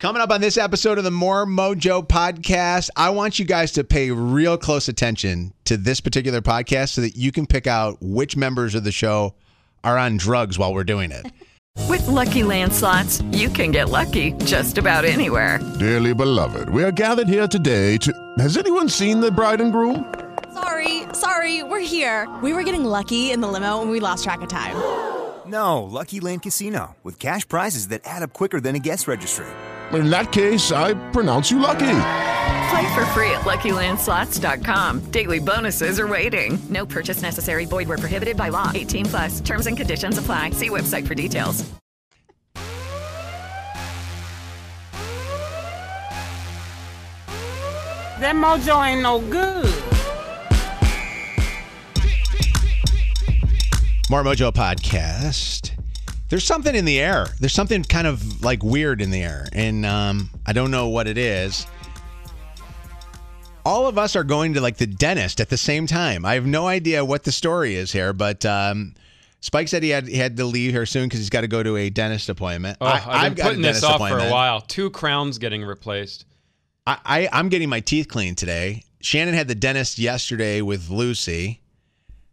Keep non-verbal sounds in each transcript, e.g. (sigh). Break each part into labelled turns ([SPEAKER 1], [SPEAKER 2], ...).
[SPEAKER 1] Coming up on this episode of the More Mojo podcast, I want you guys to pay real close attention to this particular podcast so that you can pick out which members of the show are on drugs while we're doing it.
[SPEAKER 2] With Lucky Land slots, you can get lucky just about anywhere.
[SPEAKER 3] Dearly beloved, we are gathered here today to. Has anyone seen the bride and groom?
[SPEAKER 4] Sorry, sorry, we're here. We were getting lucky in the limo and we lost track of time.
[SPEAKER 5] No, Lucky Land Casino, with cash prizes that add up quicker than a guest registry.
[SPEAKER 3] In that case, I pronounce you lucky.
[SPEAKER 2] Play for free at LuckyLandSlots.com. Daily bonuses are waiting. No purchase necessary. Void were prohibited by law. 18 plus. Terms and conditions apply. See website for details.
[SPEAKER 6] That mojo ain't no good.
[SPEAKER 1] More Mojo podcast. There's something in the air. There's something kind of like weird in the air, and um, I don't know what it is. All of us are going to like the dentist at the same time. I have no idea what the story is here, but um, Spike said he had he had to leave here soon because he's got to go to a dentist appointment.
[SPEAKER 7] Oh, I, have been putting this off for a while. Two crowns getting replaced.
[SPEAKER 1] I, I I'm getting my teeth cleaned today. Shannon had the dentist yesterday with Lucy.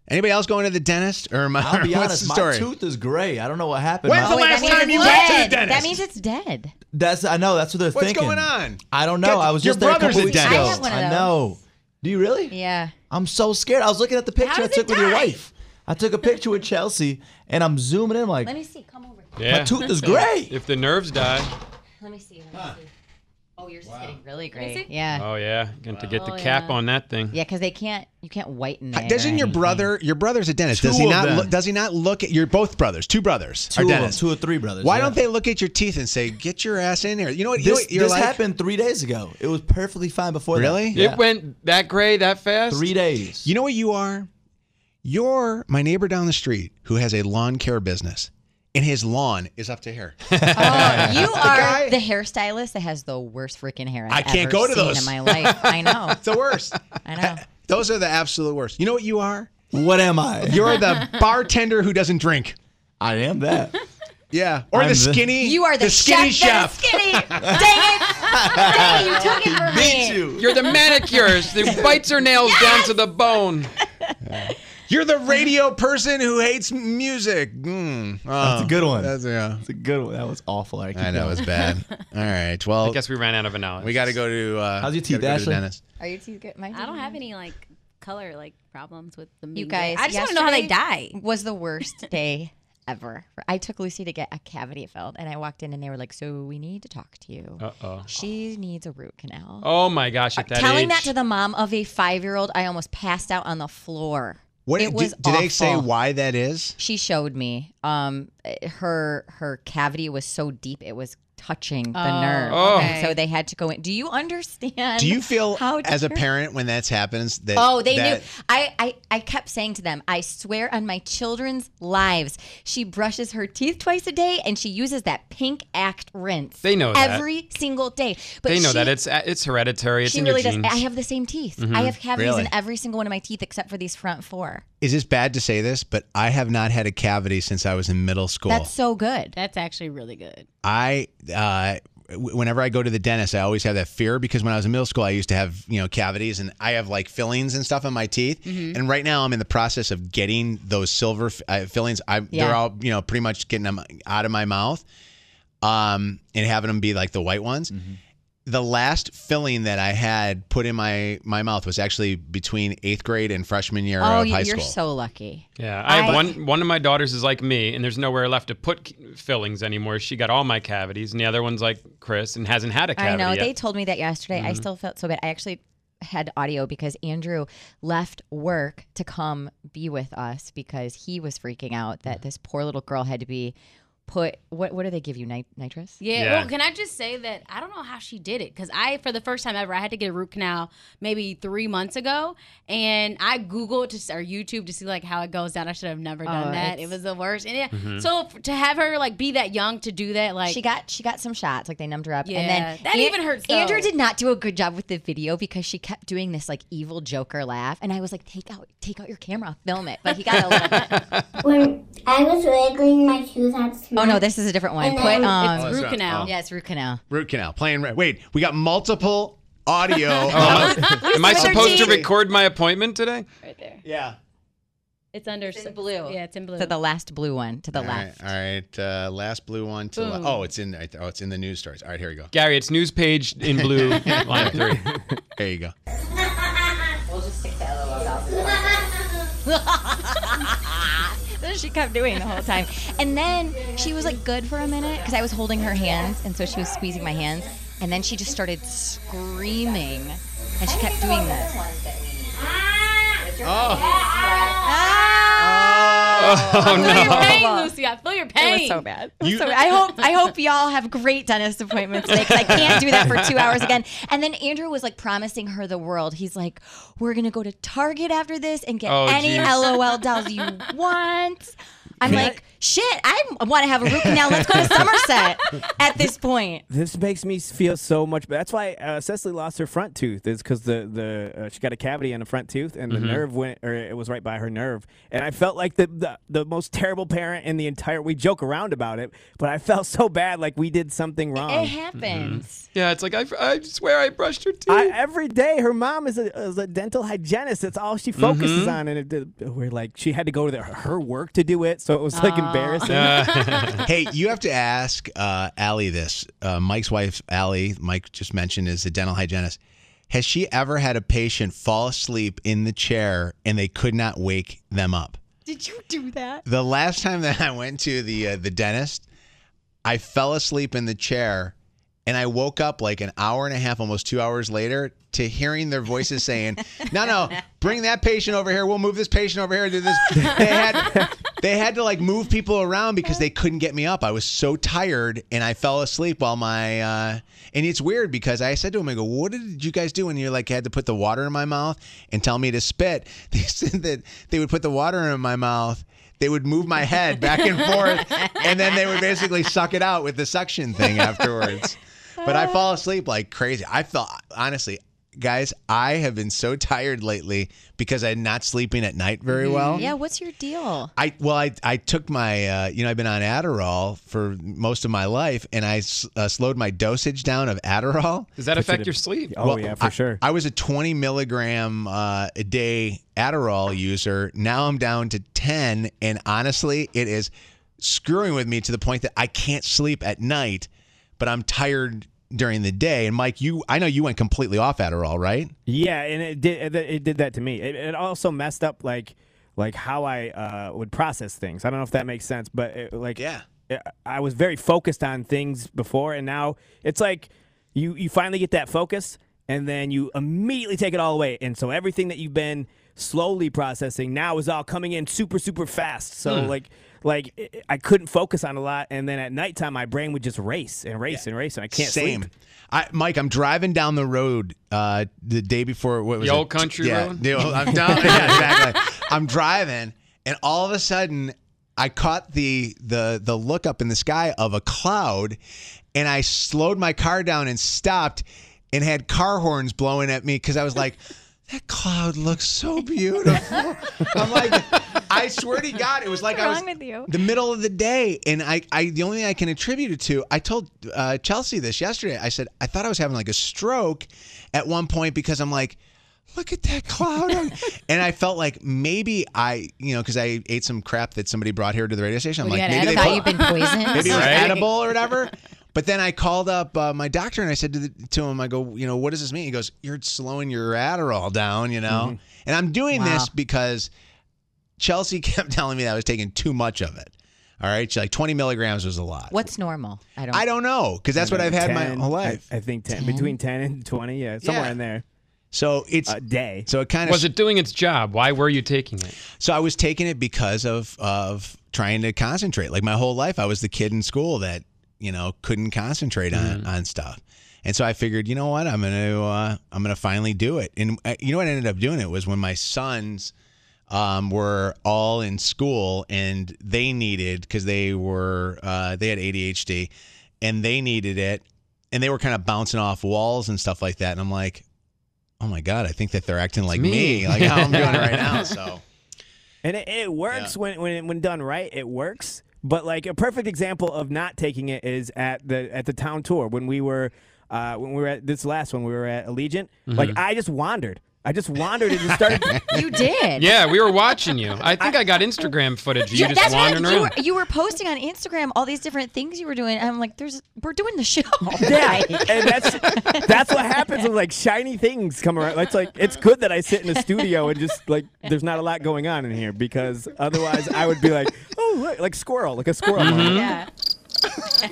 [SPEAKER 1] Anybody else going to the dentist? Or am I,
[SPEAKER 8] I'll be
[SPEAKER 1] (laughs) what's
[SPEAKER 8] honest,
[SPEAKER 1] the story?
[SPEAKER 8] my tooth is gray. I don't know what happened.
[SPEAKER 1] When's
[SPEAKER 8] My-
[SPEAKER 1] the last time you went to the dentist?
[SPEAKER 9] That means it's dead.
[SPEAKER 8] That's I know. That's what they're
[SPEAKER 1] What's
[SPEAKER 8] thinking.
[SPEAKER 1] going on?
[SPEAKER 8] I don't know.
[SPEAKER 1] Get-
[SPEAKER 8] I was
[SPEAKER 1] your
[SPEAKER 8] just there a
[SPEAKER 1] brother's
[SPEAKER 8] couple
[SPEAKER 1] a
[SPEAKER 8] weeks
[SPEAKER 1] dentist.
[SPEAKER 8] ago.
[SPEAKER 1] I
[SPEAKER 9] have one of
[SPEAKER 8] I
[SPEAKER 9] those.
[SPEAKER 8] know. Do you really?
[SPEAKER 9] Yeah.
[SPEAKER 8] I'm so scared. I was looking at the picture I
[SPEAKER 9] does
[SPEAKER 8] took
[SPEAKER 9] it
[SPEAKER 8] with your
[SPEAKER 9] die?
[SPEAKER 8] wife. I took a picture with Chelsea, and I'm zooming in. I'm like,
[SPEAKER 9] Let me see. Come over. here.
[SPEAKER 7] Yeah.
[SPEAKER 8] my tooth
[SPEAKER 7] (laughs)
[SPEAKER 8] is gray.
[SPEAKER 7] If the nerves die,
[SPEAKER 9] Let me see. Let me see. Oh, yours is getting really great. Yeah.
[SPEAKER 7] oh yeah, going to get the
[SPEAKER 9] Oh,
[SPEAKER 7] cap
[SPEAKER 9] yeah.
[SPEAKER 7] on that thing.
[SPEAKER 9] Yeah, because they can't. You can't whiten it. or
[SPEAKER 1] Uh, Doesn't your
[SPEAKER 9] anything.
[SPEAKER 1] brother? Your brother's a dentist.
[SPEAKER 8] Two
[SPEAKER 1] does he
[SPEAKER 8] of
[SPEAKER 1] not?
[SPEAKER 8] them.
[SPEAKER 1] Look, does he not look at your both brothers? Two brothers
[SPEAKER 8] Two
[SPEAKER 1] are
[SPEAKER 8] of them,
[SPEAKER 1] dentists.
[SPEAKER 8] two or three brothers,
[SPEAKER 1] Why
[SPEAKER 8] yeah.
[SPEAKER 1] don't they look at your teeth and say, "Get your ass in here"? You know what? you know
[SPEAKER 8] This,
[SPEAKER 1] what you're
[SPEAKER 8] this
[SPEAKER 1] like?
[SPEAKER 8] happened three days ago. It was perfectly fine before. that.
[SPEAKER 1] Really?
[SPEAKER 8] Yeah.
[SPEAKER 7] It went that gray that fast.
[SPEAKER 8] three days.
[SPEAKER 1] You know what you are? You're my neighbor down the street who has a lawn care business, and his lawn is up to
[SPEAKER 8] (laughs)
[SPEAKER 1] here.
[SPEAKER 9] Oh, you
[SPEAKER 1] guy-
[SPEAKER 9] are the hairstylist that has the worst freaking hair I've
[SPEAKER 1] I can't go
[SPEAKER 9] ever
[SPEAKER 1] to
[SPEAKER 9] seen
[SPEAKER 1] those. (laughs)
[SPEAKER 9] in my life. I know.
[SPEAKER 1] It's the worst.
[SPEAKER 9] I know.
[SPEAKER 1] (laughs) Those are the absolute worst. You know what you are?
[SPEAKER 8] what am I?
[SPEAKER 1] You're
[SPEAKER 9] (laughs)
[SPEAKER 1] the bartender who doesn't drink.
[SPEAKER 8] I
[SPEAKER 1] (laughs)
[SPEAKER 8] am that.
[SPEAKER 1] Yeah, or
[SPEAKER 8] I'm
[SPEAKER 1] the
[SPEAKER 8] the-
[SPEAKER 1] skinny.
[SPEAKER 9] You are the,
[SPEAKER 1] skinny
[SPEAKER 9] chef.
[SPEAKER 1] chef.
[SPEAKER 9] that is Skinny. Dang it! Dang it! You took it from me.
[SPEAKER 8] Beat you.
[SPEAKER 10] (laughs)
[SPEAKER 7] You're the manicurist who bites her nails down to the bone.
[SPEAKER 1] You're the radio person who hates music. Mm,
[SPEAKER 8] That's a
[SPEAKER 1] oh,
[SPEAKER 8] good one.
[SPEAKER 1] That's, yeah.
[SPEAKER 8] That's a good one. That was awful. I,
[SPEAKER 1] I know it's bad. All right. Well,
[SPEAKER 7] I guess (laughs) we ran out of analysis.
[SPEAKER 1] we got to go to. Uh,
[SPEAKER 8] How's your
[SPEAKER 1] gotta
[SPEAKER 8] teeth,
[SPEAKER 1] go to the
[SPEAKER 8] Ashley?
[SPEAKER 1] dentist.
[SPEAKER 9] Are your teeth good? Mine
[SPEAKER 10] I don't have any like color like problems with them.
[SPEAKER 9] You
[SPEAKER 10] being
[SPEAKER 9] guys.
[SPEAKER 10] gray. I just want to know how they
[SPEAKER 9] yesterday
[SPEAKER 10] die.
[SPEAKER 9] Was the worst day ever. I took Lucy to get a cavity filled, and I walked in, and they were like, "So we need to talk to you.
[SPEAKER 7] Uh oh.
[SPEAKER 9] She needs a root canal." Uh,
[SPEAKER 7] Oh my gosh! At that
[SPEAKER 9] Telling
[SPEAKER 7] age,
[SPEAKER 9] that to the mom of a five-year-old, I almost passed out on the floor.
[SPEAKER 1] What
[SPEAKER 9] it
[SPEAKER 1] do-
[SPEAKER 9] was
[SPEAKER 1] do, they say
[SPEAKER 9] awful.
[SPEAKER 1] why that is?
[SPEAKER 9] She showed me. Um, her her cavity was so deep it was touching the nerve.
[SPEAKER 7] Oh.
[SPEAKER 9] And so they had to go in. Do you understand?
[SPEAKER 1] Do you feel
[SPEAKER 9] how
[SPEAKER 1] as a
[SPEAKER 9] terrible-
[SPEAKER 1] parent when that happens that?
[SPEAKER 9] Oh, they
[SPEAKER 1] that-
[SPEAKER 9] knew. I, I I kept saying to them, I swear on my children's lives, she brushes her teeth twice a day and she uses that pink act rinse.
[SPEAKER 7] They know that.
[SPEAKER 9] every single day. But
[SPEAKER 7] they know
[SPEAKER 9] she-
[SPEAKER 7] that it's it's hereditary. It's
[SPEAKER 9] she
[SPEAKER 7] in
[SPEAKER 9] really
[SPEAKER 7] your
[SPEAKER 9] does.
[SPEAKER 7] genes. Mm-hmm.
[SPEAKER 9] I have the same teeth. I have cavities
[SPEAKER 1] Really?
[SPEAKER 9] in every single one of my teeth except for these front four.
[SPEAKER 1] Is this bad to say this? But I have not had a cavity since I was in middle school.
[SPEAKER 9] That's so good.
[SPEAKER 10] That's actually really good.
[SPEAKER 1] I. Uh, w- Whenever I go to the dentist, I always have that fear because when I was in middle school, I used to have you know cavities and I have like fillings and stuff in my teeth.
[SPEAKER 9] Mm-hmm.
[SPEAKER 1] And right now, I'm in the process of getting those silver f- uh, fillings. I, They're
[SPEAKER 9] Yeah.
[SPEAKER 1] all you know pretty much getting them out of my mouth, um, and having them be like the white ones.
[SPEAKER 9] Mm-hmm.
[SPEAKER 1] the last filling that I had put in my my mouth was actually between eighth grade and freshman year
[SPEAKER 9] Oh,
[SPEAKER 1] of high
[SPEAKER 9] you- you're
[SPEAKER 1] school.
[SPEAKER 9] so lucky.
[SPEAKER 7] yeah, I have
[SPEAKER 9] I-
[SPEAKER 7] one. One of my daughters is like me, and there's nowhere left to put c- fillings anymore. She got all my cavities, and the other one's like Chris and hasn't had a
[SPEAKER 9] I
[SPEAKER 7] cavity
[SPEAKER 9] know.
[SPEAKER 7] yet.
[SPEAKER 9] They told me that yesterday.
[SPEAKER 1] Mm-hmm.
[SPEAKER 9] I still felt so bad. I actually had audio because Andrew left work to come be with us because he was freaking out that this poor little girl had to be put what what do they give you? Nit- nitrous?
[SPEAKER 10] Yeah. Well, can I just say that I don't know how she did it because I, for the first time ever, I had to get a root canal maybe three months ago, and I googled to s- or YouTube to see like how it goes down. I should have never done
[SPEAKER 9] Oh,
[SPEAKER 10] that.
[SPEAKER 9] it's-
[SPEAKER 10] It was the worst. And it,
[SPEAKER 1] Mm-hmm.
[SPEAKER 9] Mhm.
[SPEAKER 10] so f- to have her like be that young to do that, like
[SPEAKER 9] she got she got some shots, like they numbed her up. and
[SPEAKER 10] Yeah,
[SPEAKER 9] then
[SPEAKER 10] that even hurts, though.
[SPEAKER 9] Andrew did not do a good job with the video because she kept doing this like evil Joker laugh, and I was like, take out take out your camera, I'll film it. But he got a little (laughs) bit.
[SPEAKER 11] When I was wiggling my tooth out.
[SPEAKER 9] Oh no, this is a different one.
[SPEAKER 11] And
[SPEAKER 9] Put
[SPEAKER 11] then-
[SPEAKER 9] um,
[SPEAKER 1] It's Oh, root it's not- canal. oh.
[SPEAKER 9] Yeah, it's root canal.
[SPEAKER 1] Root canal playing. Re- Wait, we got multiple audio.
[SPEAKER 9] (laughs)
[SPEAKER 7] Oh,
[SPEAKER 1] of-
[SPEAKER 7] am I supposed to record my appointment today?
[SPEAKER 10] right there.
[SPEAKER 1] (laughs) Yeah.
[SPEAKER 10] It's under it's in blue. Yeah, it's in blue.
[SPEAKER 9] To the last blue one, to the
[SPEAKER 1] All
[SPEAKER 9] left.
[SPEAKER 1] right, all right. Uh, last blue one to le-
[SPEAKER 10] Boom.
[SPEAKER 1] oh, it's in. Oh, it's in the news stories. All right, here we go.
[SPEAKER 7] Gary, it's news page in blue,
[SPEAKER 10] (laughs)
[SPEAKER 7] line three.
[SPEAKER 1] (laughs) There you go.
[SPEAKER 9] We'll just stick the LOL That's what (laughs) she kept doing the whole time. And then she was like good for a minute because I was holding her hands, and so she was squeezing my hands. And then she just started screaming, and she kept doing this. Ah!
[SPEAKER 7] Oh,
[SPEAKER 9] (laughs)
[SPEAKER 7] no.
[SPEAKER 10] pain, Lucy. I feel your pain.
[SPEAKER 9] It was so bad. It was so bad. I hope I hope y'all have great dentist appointments today because I can't do that for
[SPEAKER 10] (laughs)
[SPEAKER 9] two hours again. And then Andrew was like promising her the world. He's like, "We're gonna go to Target after this and get
[SPEAKER 12] Oh,
[SPEAKER 9] any
[SPEAKER 12] geez.
[SPEAKER 9] LOL dolls
[SPEAKER 10] (laughs)
[SPEAKER 9] you want." I'm like, "Shit, I want to have a root canal. Let's go to Somerset at this point."
[SPEAKER 13] This makes me feel so much better. That's why uh, Cecily lost her front tooth is because the the uh, she got a cavity in the front tooth and
[SPEAKER 14] Mhm.
[SPEAKER 13] the nerve went or it was right by her nerve. And I felt like the, the the most terrible parent in the entire. We joke around about it, but I felt so bad like we did something wrong. Mm-hmm.
[SPEAKER 9] It happens.
[SPEAKER 7] Yeah, it's like I, I swear I brushed her teeth.
[SPEAKER 13] I, every day, her mom is a, is a dental hygienist. That's all she focuses
[SPEAKER 7] Mhm.
[SPEAKER 13] on, and it, did- we're like, she had to go to the, her work to do it, so it was like
[SPEAKER 1] Oh.
[SPEAKER 13] embarrassing.
[SPEAKER 1] hey, you have to ask uh, Allie this. Uh, Mike's wife, Allie, Mike just mentioned, is a dental hygienist. Has she ever had a patient fall asleep in the chair and they could not wake them up?
[SPEAKER 9] (laughs) Did you do that?
[SPEAKER 1] (laughs) The last time that I went to the uh, the dentist, I fell asleep in the chair and I woke up like an hour and a half, almost two hours later, to hearing their voices saying, "No, no, bring that patient over here. We'll move this patient over here. Do this." They had they had to like move people around because they couldn't get me up. I was so tired and I fell asleep while my uh, and it's weird because I said to him, "I go, what did you guys do?" And you're like, "I had to put the water in my mouth and tell me to spit." (laughs) They said that they would put the water in my mouth. They would move my head back and forth, and then they would basically suck it out with the suction thing afterwards. But I fall asleep like crazy. I felt honestly, guys, I have been so tired lately because I'm not sleeping at night very well.
[SPEAKER 9] Yeah. What's your deal?
[SPEAKER 1] I well, I I took my uh, you know I've been on Adderall for most of my life, and I s- uh, slowed my dosage down of Adderall.
[SPEAKER 7] Does that affect your sleep?
[SPEAKER 13] Oh, yeah, for
[SPEAKER 1] I-
[SPEAKER 13] sure.
[SPEAKER 1] I was a 20 milligram uh, a day Adderall user. Now I'm down to 10, and honestly, it is screwing with me to the point that I can't sleep at night, but I'm tired during the day. And Mike, you I know you went completely off Adderall, right?
[SPEAKER 13] Yeah, and it did it- it did that to me. It, it also messed up like like how I uh, would process things. I don't know if that makes sense, but it, like yeah, I was very focused on things before, and now it's like you you finally get that focus, and then you immediately take it all away, and so everything that you've been slowly processing now is all coming in super super fast. So
[SPEAKER 15] Hmm.
[SPEAKER 13] like. Like I- I couldn't focus on a lot, and then at nighttime my brain would just race and race and race, and I can't
[SPEAKER 1] Same.
[SPEAKER 13] sleep.
[SPEAKER 1] I, Mike, I'm driving down the road uh, the day before. What was
[SPEAKER 7] The
[SPEAKER 1] it?
[SPEAKER 7] old country
[SPEAKER 1] yeah,
[SPEAKER 7] road?
[SPEAKER 1] the old-
[SPEAKER 7] (laughs)
[SPEAKER 1] I'm down, yeah, exactly. I'm driving, and all of a sudden, I caught the the the look up in the sky of a cloud, and I slowed my car down and stopped, and had car horns blowing at me because I was like. That cloud looks so
[SPEAKER 7] (laughs)
[SPEAKER 1] beautiful. I'm like, I swear to God, it was like
[SPEAKER 12] What's
[SPEAKER 1] I was
[SPEAKER 12] wrong with you?
[SPEAKER 1] the middle of the day, and I, I the only thing I can attribute it to, I told uh, Chelsea this yesterday. I said I thought I was having like a stroke at one point because I'm like, look at that cloud,
[SPEAKER 9] (laughs)
[SPEAKER 1] on-" and I felt like maybe I, you know, because I ate some crap that somebody brought here to the radio station. I'm
[SPEAKER 9] Well, you
[SPEAKER 1] like,
[SPEAKER 9] had
[SPEAKER 1] maybe
[SPEAKER 9] an
[SPEAKER 1] they
[SPEAKER 9] edible.
[SPEAKER 1] put-
[SPEAKER 9] Thought you'd been poisoned.
[SPEAKER 1] (laughs) Maybe it was
[SPEAKER 9] Right?
[SPEAKER 1] edible or whatever. But then I called up uh, my doctor and I said to, the, to him, I go, you know, what does this mean? He goes, you're slowing your Adderall down, you know.
[SPEAKER 13] Mhm.
[SPEAKER 1] And I'm doing
[SPEAKER 13] Wow.
[SPEAKER 1] this because Chelsea (laughs) kept telling me that I was taking too much of it. All right, She's like 20 milligrams was a lot.
[SPEAKER 9] What's normal? I don't.
[SPEAKER 1] I don't know because that's what I've had my
[SPEAKER 13] 10,
[SPEAKER 1] whole life.
[SPEAKER 13] I, I think 10, between 10 and 20, yeah, somewhere
[SPEAKER 1] Yeah.
[SPEAKER 13] in there.
[SPEAKER 1] So it's
[SPEAKER 13] a day.
[SPEAKER 1] So it kind of
[SPEAKER 7] Was it doing its job? Why were you taking it?
[SPEAKER 1] So I was taking it because of of trying to concentrate. Like my whole life, I was the kid in school that you know couldn't concentrate on on stuff. And so I figured, you know what, I'm gonna uh, I'm gonna finally do it. And uh, you know what I ended up doing it was when my sons um, were all in school and they needed because they were uh, they had ADHD and they needed it and they were kind of bouncing off walls and stuff like that. And I'm like, oh my god, I think that they're acting like me, like how I'm doing right now. So
[SPEAKER 13] And it, it works when, when when done right, it works. But like a perfect example of not taking it is at the at the town tour when we were uh, when we were at this last one we were at Allegiant. Like
[SPEAKER 7] Mhm.
[SPEAKER 13] I just wandered. I just wandered and just started.
[SPEAKER 9] you did.
[SPEAKER 7] Yeah, we were watching you. I think I got Instagram footage. of You
[SPEAKER 9] Yeah,
[SPEAKER 7] just
[SPEAKER 9] that's what I-
[SPEAKER 7] wandering
[SPEAKER 9] you, were,
[SPEAKER 7] around.
[SPEAKER 9] you were posting on Instagram all these different things you were doing. And I'm like, there's we're doing the show.
[SPEAKER 13] (laughs) Yeah, and that's that's what happens when like shiny things come around. It's like it's good that I sit in a studio and just like there's not a lot going on in here because otherwise I would be like, oh, look, like squirrel, like a squirrel.
[SPEAKER 1] Mhm.
[SPEAKER 10] Yeah.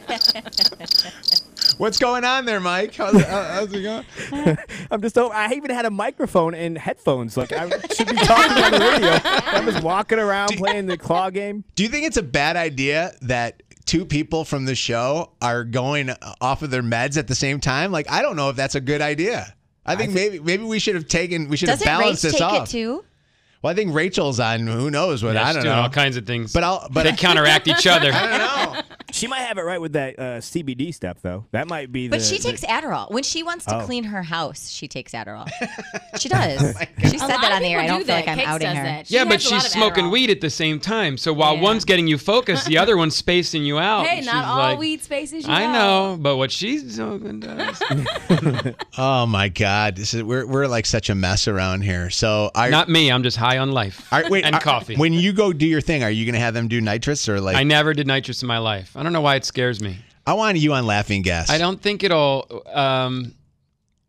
[SPEAKER 1] what's going on there, Mike? How's, how's it going?
[SPEAKER 13] I'm just so I even had a microphone and headphones. Like I should be talking on the radio. I was walking around playing the claw game.
[SPEAKER 1] (laughs) Do you think it's a bad idea that two people from the show are going off of their meds at the same time? Like, I don't know if that's a good idea. I think maybe maybe we should have taken we should
[SPEAKER 9] Doesn't
[SPEAKER 1] have balanced
[SPEAKER 9] Rach
[SPEAKER 1] this
[SPEAKER 9] take
[SPEAKER 1] off.
[SPEAKER 9] it too?
[SPEAKER 1] Well, I think Rachel's on who knows what
[SPEAKER 7] Yeah,
[SPEAKER 1] I
[SPEAKER 7] she's
[SPEAKER 1] don't
[SPEAKER 7] doing
[SPEAKER 1] know
[SPEAKER 7] all kinds of things.
[SPEAKER 1] But I'll but
[SPEAKER 7] They
[SPEAKER 10] (laughs)
[SPEAKER 7] counteract each other.
[SPEAKER 1] I don't know. (laughs)
[SPEAKER 13] She might have it right with that uh, CBD stuff though. That might be.
[SPEAKER 9] But
[SPEAKER 13] the-
[SPEAKER 9] she
[SPEAKER 13] the-
[SPEAKER 9] takes Adderall when she wants to
[SPEAKER 13] Oh.
[SPEAKER 9] clean her house. She
[SPEAKER 13] (laughs)
[SPEAKER 9] takes Adderall. she does. she
[SPEAKER 10] A
[SPEAKER 9] said
[SPEAKER 10] lot
[SPEAKER 9] that
[SPEAKER 10] of
[SPEAKER 9] on the air.
[SPEAKER 10] people
[SPEAKER 9] I don't
[SPEAKER 10] do
[SPEAKER 9] feel like
[SPEAKER 10] that.
[SPEAKER 9] I'm
[SPEAKER 10] Cakes
[SPEAKER 9] outing
[SPEAKER 10] does
[SPEAKER 9] her.
[SPEAKER 10] that. She
[SPEAKER 7] yeah, but
[SPEAKER 10] has a lot
[SPEAKER 7] she's
[SPEAKER 10] of
[SPEAKER 7] smoking
[SPEAKER 10] Adderall.
[SPEAKER 7] weed at the same time. So while one's getting you focused, the other one's spacing you out.
[SPEAKER 10] Hey,
[SPEAKER 7] and
[SPEAKER 10] not
[SPEAKER 7] she's
[SPEAKER 10] all
[SPEAKER 7] like,
[SPEAKER 10] weed spaces. You
[SPEAKER 7] I
[SPEAKER 10] out.
[SPEAKER 7] know, but what she's
[SPEAKER 1] (laughs)
[SPEAKER 7] doing does.
[SPEAKER 1] Oh my God, this is we're we're like such a mess around here. So I
[SPEAKER 7] Not me. I'm just high on life
[SPEAKER 1] Are- wait,
[SPEAKER 7] and
[SPEAKER 1] are-
[SPEAKER 7] coffee.
[SPEAKER 1] When you go do your thing, are you gonna have them do nitrous or like
[SPEAKER 7] I never did nitrous in my life. I don't know why it scares me.
[SPEAKER 1] I want you on laughing gas.
[SPEAKER 7] I don't think it'll. Um,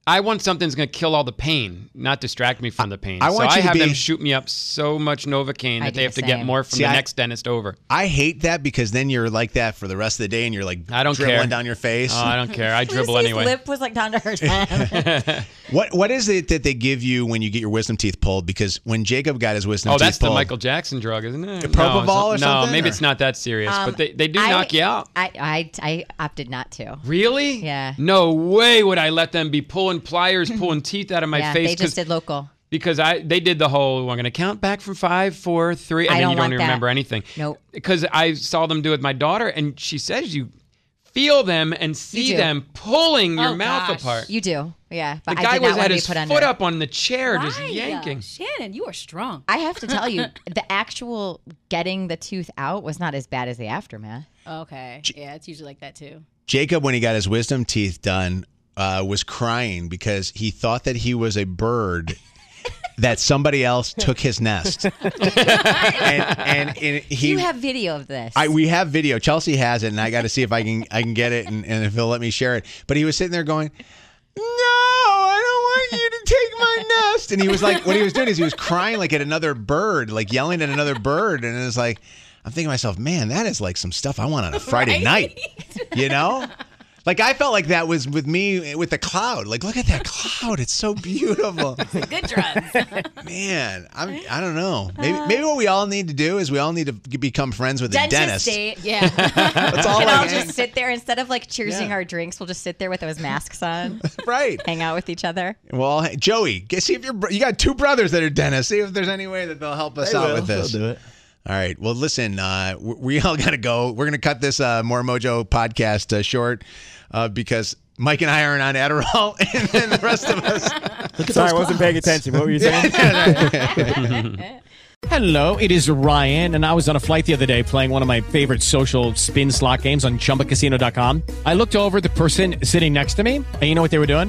[SPEAKER 7] I want something that's going to kill all the pain, not distract me from the pain.
[SPEAKER 1] I want
[SPEAKER 7] so
[SPEAKER 1] you
[SPEAKER 7] I
[SPEAKER 1] to
[SPEAKER 7] have
[SPEAKER 1] be-
[SPEAKER 7] them shoot me up so much Novocaine
[SPEAKER 1] I
[SPEAKER 7] that
[SPEAKER 1] do
[SPEAKER 7] they have
[SPEAKER 1] the
[SPEAKER 7] to get
[SPEAKER 1] same.
[SPEAKER 7] more from
[SPEAKER 1] See,
[SPEAKER 7] the
[SPEAKER 1] I-
[SPEAKER 7] next dentist
[SPEAKER 1] (laughs)
[SPEAKER 7] over.
[SPEAKER 1] I hate that because then you're like that for the rest of the day, and you're like
[SPEAKER 7] I don't
[SPEAKER 1] dribbling
[SPEAKER 7] care.
[SPEAKER 1] down your face.
[SPEAKER 7] Oh, I don't care. I dribble
[SPEAKER 9] Lucy's
[SPEAKER 7] anyway.
[SPEAKER 9] lip was like down
[SPEAKER 7] (laughs)
[SPEAKER 9] to her tongue.
[SPEAKER 1] What what is it that they give you when you get your wisdom teeth pulled? Because when Jacob got his wisdom
[SPEAKER 7] Oh,
[SPEAKER 1] teeth
[SPEAKER 7] that's the
[SPEAKER 1] pulled,
[SPEAKER 7] Michael Jackson drug, isn't it?
[SPEAKER 1] Propofol
[SPEAKER 7] no,
[SPEAKER 1] or
[SPEAKER 7] it's not-
[SPEAKER 1] something,
[SPEAKER 7] No, maybe
[SPEAKER 1] or-
[SPEAKER 7] it's not that serious,
[SPEAKER 9] Um,
[SPEAKER 7] but they, they do
[SPEAKER 9] I-
[SPEAKER 7] knock you out.
[SPEAKER 9] I, I I opted not to.
[SPEAKER 7] Really?
[SPEAKER 9] Yeah.
[SPEAKER 7] No way would I let them be pulling
[SPEAKER 9] (clears throat)
[SPEAKER 7] pliers, pulling teeth out of my
[SPEAKER 9] yeah,
[SPEAKER 7] face.
[SPEAKER 9] they
[SPEAKER 7] 'cause-
[SPEAKER 9] just did local.
[SPEAKER 7] Because I they did the whole we're gonna count back from five, four, three, and
[SPEAKER 9] I
[SPEAKER 7] then
[SPEAKER 9] don't
[SPEAKER 7] you don't
[SPEAKER 9] want
[SPEAKER 7] even remember
[SPEAKER 9] that.
[SPEAKER 7] anything.
[SPEAKER 9] Nope.
[SPEAKER 7] Because I saw them do it with my daughter, and she says you feel them and see
[SPEAKER 9] do.
[SPEAKER 7] them pulling your
[SPEAKER 9] Oh,
[SPEAKER 7] mouth
[SPEAKER 9] gosh.
[SPEAKER 7] apart.
[SPEAKER 9] You do, yeah.
[SPEAKER 7] the
[SPEAKER 9] But I
[SPEAKER 7] guy
[SPEAKER 9] did
[SPEAKER 7] was
[SPEAKER 9] not want
[SPEAKER 7] had
[SPEAKER 9] to be
[SPEAKER 7] his
[SPEAKER 9] put
[SPEAKER 7] foot
[SPEAKER 9] under.
[SPEAKER 7] up on the chair, just
[SPEAKER 10] Why?
[SPEAKER 7] yanking.
[SPEAKER 10] Shannon, you are strong.
[SPEAKER 9] I have to
[SPEAKER 7] (laughs)
[SPEAKER 9] tell you, the actual getting the tooth out was not as bad as the aftermath.
[SPEAKER 10] Okay. Yeah, it's usually like that too.
[SPEAKER 1] Jacob, when he got his wisdom teeth done, uh, was crying because he thought that he was a bird that somebody else took his nest. and, and, and he
[SPEAKER 9] you have video of this.
[SPEAKER 1] I we have video. Chelsea has it, and I got to see if I can I can get it, and, and if he'll let me share it. But he was sitting there going, "No, I don't want you to take my nest." And he was like, what he was doing is he was crying like at another bird, like yelling at another bird, and it was like, I'm thinking to myself, man, that is like some stuff I want on a Friday
[SPEAKER 10] Right?
[SPEAKER 1] night, you know. Like I felt like that was with me with the cloud. Like, look at that cloud; it's so beautiful. (laughs)
[SPEAKER 10] Good drugs.
[SPEAKER 1] Man, I'm I don't know. Maybe maybe what we all need to do is we all need to become friends with a dentist.
[SPEAKER 9] date. Yeah.
[SPEAKER 1] (laughs) That's all
[SPEAKER 9] we
[SPEAKER 1] I
[SPEAKER 9] can all
[SPEAKER 1] hang-
[SPEAKER 9] just sit there instead of like cheersing
[SPEAKER 1] Yeah.
[SPEAKER 9] our drinks. We'll just sit there with those masks on.
[SPEAKER 1] right.
[SPEAKER 9] Hang out with each other.
[SPEAKER 1] Well, hey, Joey, get, see if you're, you got two brothers that are dentists. See if there's any way that they'll help us
[SPEAKER 3] They
[SPEAKER 1] out
[SPEAKER 3] will.
[SPEAKER 1] with this.
[SPEAKER 3] They'll do it.
[SPEAKER 1] All right. Well, listen, uh, we, we all (laughs) got to go. We're going to cut this uh, More Mojo podcast uh, short uh, because Mike and I aren't on Adderall, (laughs) and then the rest of us.
[SPEAKER 13] Sorry, I wasn't paying attention.
[SPEAKER 8] (laughs)
[SPEAKER 13] What were you saying?
[SPEAKER 16] Hello, it is Ryan, and I was on a flight the other day playing one of my favorite social spin slot games on chumbacasino.com. I looked over at the person sitting next to me, and you know what they were doing?